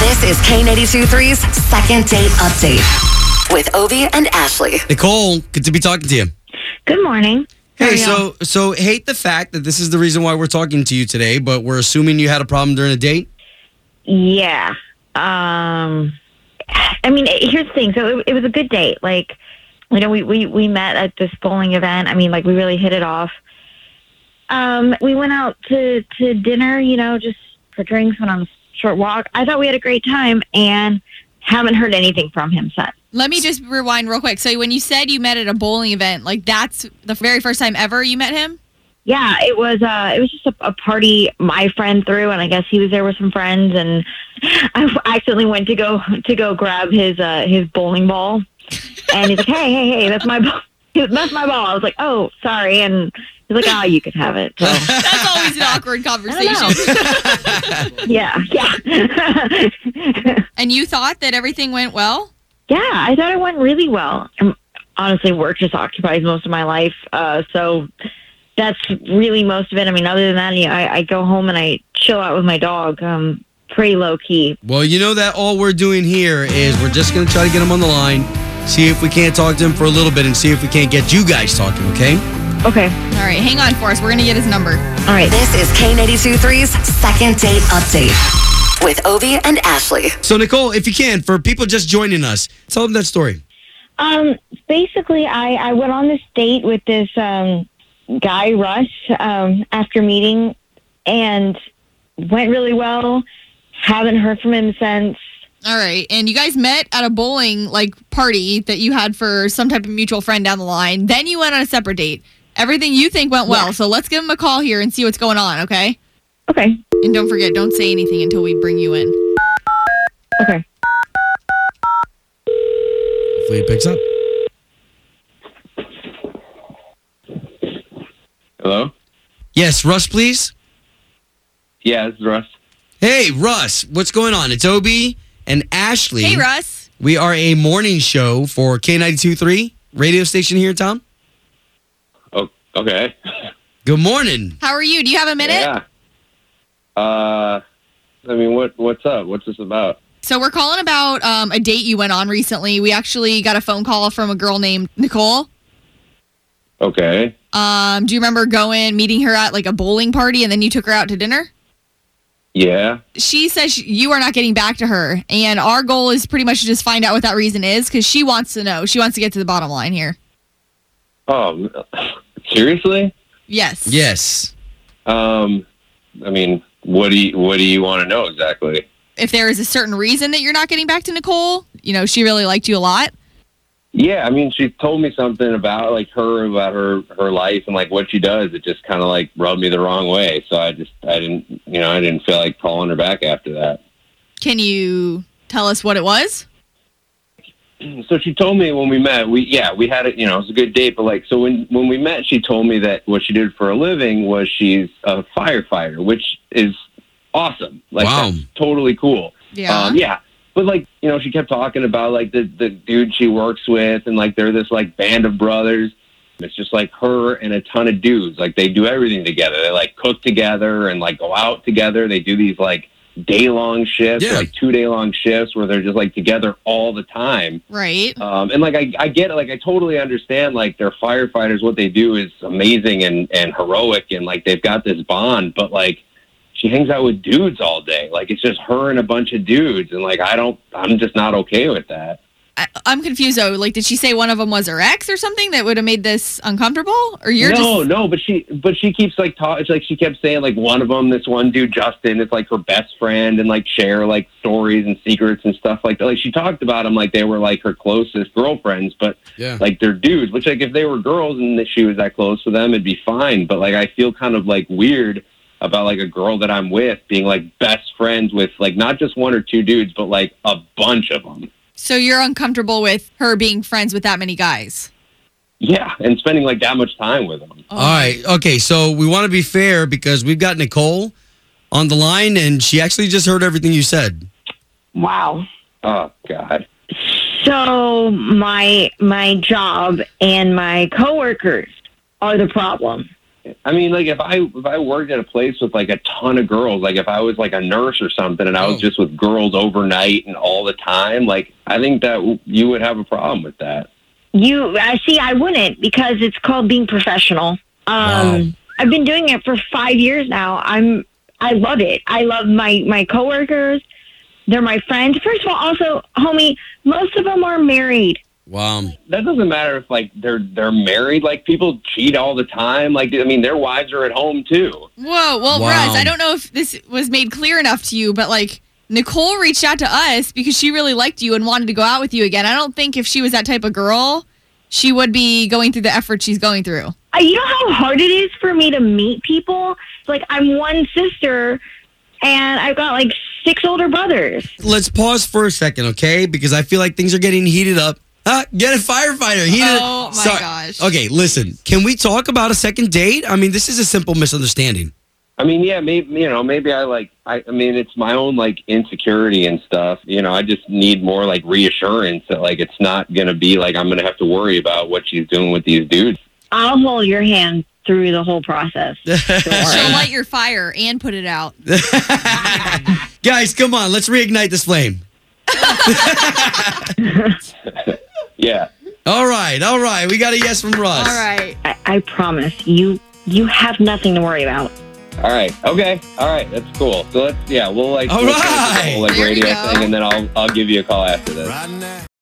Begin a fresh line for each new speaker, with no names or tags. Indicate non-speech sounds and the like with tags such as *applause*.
This is K823's second date update with Ovi and Ashley.
Nicole, good to be talking to you.
Good morning.
Hey, so so hate the fact that this is the reason why we're talking to you today, but we're assuming you had a problem during a date.
Yeah. Um, I mean, it, here's the thing. So it, it was a good date. Like, you know, we, we, we met at this bowling event. I mean, like, we really hit it off. Um, we went out to, to dinner, you know, just for drinks, went on a short walk. I thought we had a great time and haven't heard anything from him since.
Let me just rewind real quick. So when you said you met at a bowling event, like that's the very first time ever you met him?
Yeah, it was uh, it was just a, a party my friend threw, and I guess he was there with some friends, and *laughs* I accidentally went to go to go grab his uh, his bowling ball, and he's like, "Hey, hey, hey, that's my ball. *laughs* that's my ball." I was like, "Oh, sorry," and he's like, "Oh, you can have it." So,
*laughs* That's always an awkward conversation.
yeah, yeah, yeah.
*laughs*
*laughs*
and you thought that everything went well?
I thought it went really well. Um, Honestly, work just occupies most of my life, uh, so that's really most of it. I mean, other than that, you know, I, I go home and I chill out with my dog. Um, pretty low key,
Well, you know that all we're doing here is we're just going to try to get him on the line, see if we can't talk to him for a little bit, and see if we can't get you guys talking. Okay?
Okay.
All right, hang on for us. We're going to get his number.
All right.
This is K823's second date update with Ovi and Ashley.
So Nicole, if you can, for people just joining us, tell them that story.
Um, basically, I, I went on this date with this um, guy, Russ, um, after meeting, and went really well. Haven't heard from him since.
All right. And you guys met at a bowling like party that you had for some type of mutual friend down the line. Then you went on a separate date. Everything you think went well. So let's give him a call here and see what's going on, okay?
Okay.
And don't forget, don't say anything until we bring you in.
Okay.
Hopefully, it picks up.
Hello?
Yes, Russ, please.
Yeah, this is Russ.
Hey, Russ, what's going on? It's Obi and Ashley.
Hey, Russ.
We are a morning show for K92.3 radio station here in town.
Oh, okay.
Good morning.
How are you? Do you have a minute?
Yeah. Uh, I mean, what what's up? What's this about?
So we're calling about um, a date you went on recently. We actually got a phone call from a girl named Nicole.
Okay.
Um, do you remember going meeting her at like a bowling party and then you took her out to dinner?
Yeah.
She says sh- you are not getting back to her, and our goal is pretty much to just find out what that reason is because she wants to know. She wants to get to the bottom line here.
Oh, *sighs* seriously?
Yes.
Yes.
Um, I mean, what do you what do you want to know exactly?
If there is a certain reason that you're not getting back to Nicole, you know she really liked you a lot.
Yeah, I mean, she told me something about like her about her her life and like what she does. It just kind of like rubbed me the wrong way. So I just I didn't you know I didn't feel like calling her back after that.
Can you tell us what it was?
so she told me when we met we yeah we had it you know it was a good date but like so when when we met she told me that what she did for a living was she's a firefighter which is awesome like
Wow.
that's totally cool
Yeah.
um, yeah but like you know she kept talking about like the the dude she works with and like they're this like band of brothers it's just like her and a ton of dudes like they do everything together they like cook together and like go out together they do these like day long shifts
Yeah.
like two day long shifts where they're just like together all the time
Right.
um, and like I, I get it, like I totally understand like they're firefighters, what they do is amazing and, and heroic and like they've got this bond, but like she hangs out with dudes all day. Like it's just her and a bunch of dudes and like I don't I'm just not okay with that.
I, I'm confused though. Like, did she say one of them was her ex or something that would have made this uncomfortable? Or you're
no,
just
no, but she but she keeps like talking like she kept saying like one of them, this one dude Justin, is like her best friend and like share like stories and secrets and stuff like that. Like she talked about them like they were like her closest girlfriends, but
Yeah.
like they're dudes which like if they were girls and that she was that close to them it'd be fine but like i feel kind of like weird about like a girl that I'm with being like best friends with like not just one or two dudes, but like a bunch of them.
So you're uncomfortable with her being friends with that many guys.
Yeah, and spending like that much time with them.
Oh.
All right. Okay. So we want to be fair because we've got Nicole on the line and she actually just heard everything you said.
Wow.
Oh God.
So my my job and my coworkers are the problem.
I mean, like if I if I worked at a place with like a ton of girls, like if I was like a nurse or something, and I was
Mm.
just with girls overnight and all the time, like I think that w- you would have a problem with that.
You I see I wouldn't because it's called being professional. Um
Wow.
I've been doing it for 5 years now. I'm I love it. I love my my coworkers. They're my friends. First of all, also, homie, most of them are married.
Wow.
That doesn't matter if like they're they're married. Like people cheat all the time. Like I mean, their wives are at home too.
Whoa. Well,
Wow.
Russ, I don't know if this was made clear enough to you, but like Nicole reached out to us because she really liked you and wanted to go out with you again. I don't think if she was that type of girl, she would be going through the effort she's going through.
I, Uh, you know how hard it is for me to meet people? Like, I'm one sister, and I've got like six older brothers.
Let's pause for a second, okay? Because I feel like things are getting heated up. Ah, get a firefighter. Heat it-
Oh, my gosh.
Okay, listen. Can we talk about a second date? I mean, this is a simple misunderstanding.
I mean, yeah, maybe you know, maybe I like. I, I mean, it's my own like insecurity and stuff. You know, I just need more like reassurance that like it's not gonna be like I'm gonna have to worry about what she's doing with these dudes.
I'll hold your hand through the whole process.
She'll light your fire and put it out.
Guys, come on. Let's reignite this flame.
Yeah.
All right. All right. We got a yes from Russ.
All right.
I, I promise you, you have nothing to worry about.
All right. Okay. All right. That's cool. So let's yeah, we'll like,
All
we'll finish
right.
the whole, like
There you
radio
go.
thing, and then I'll I'll give you a call after this.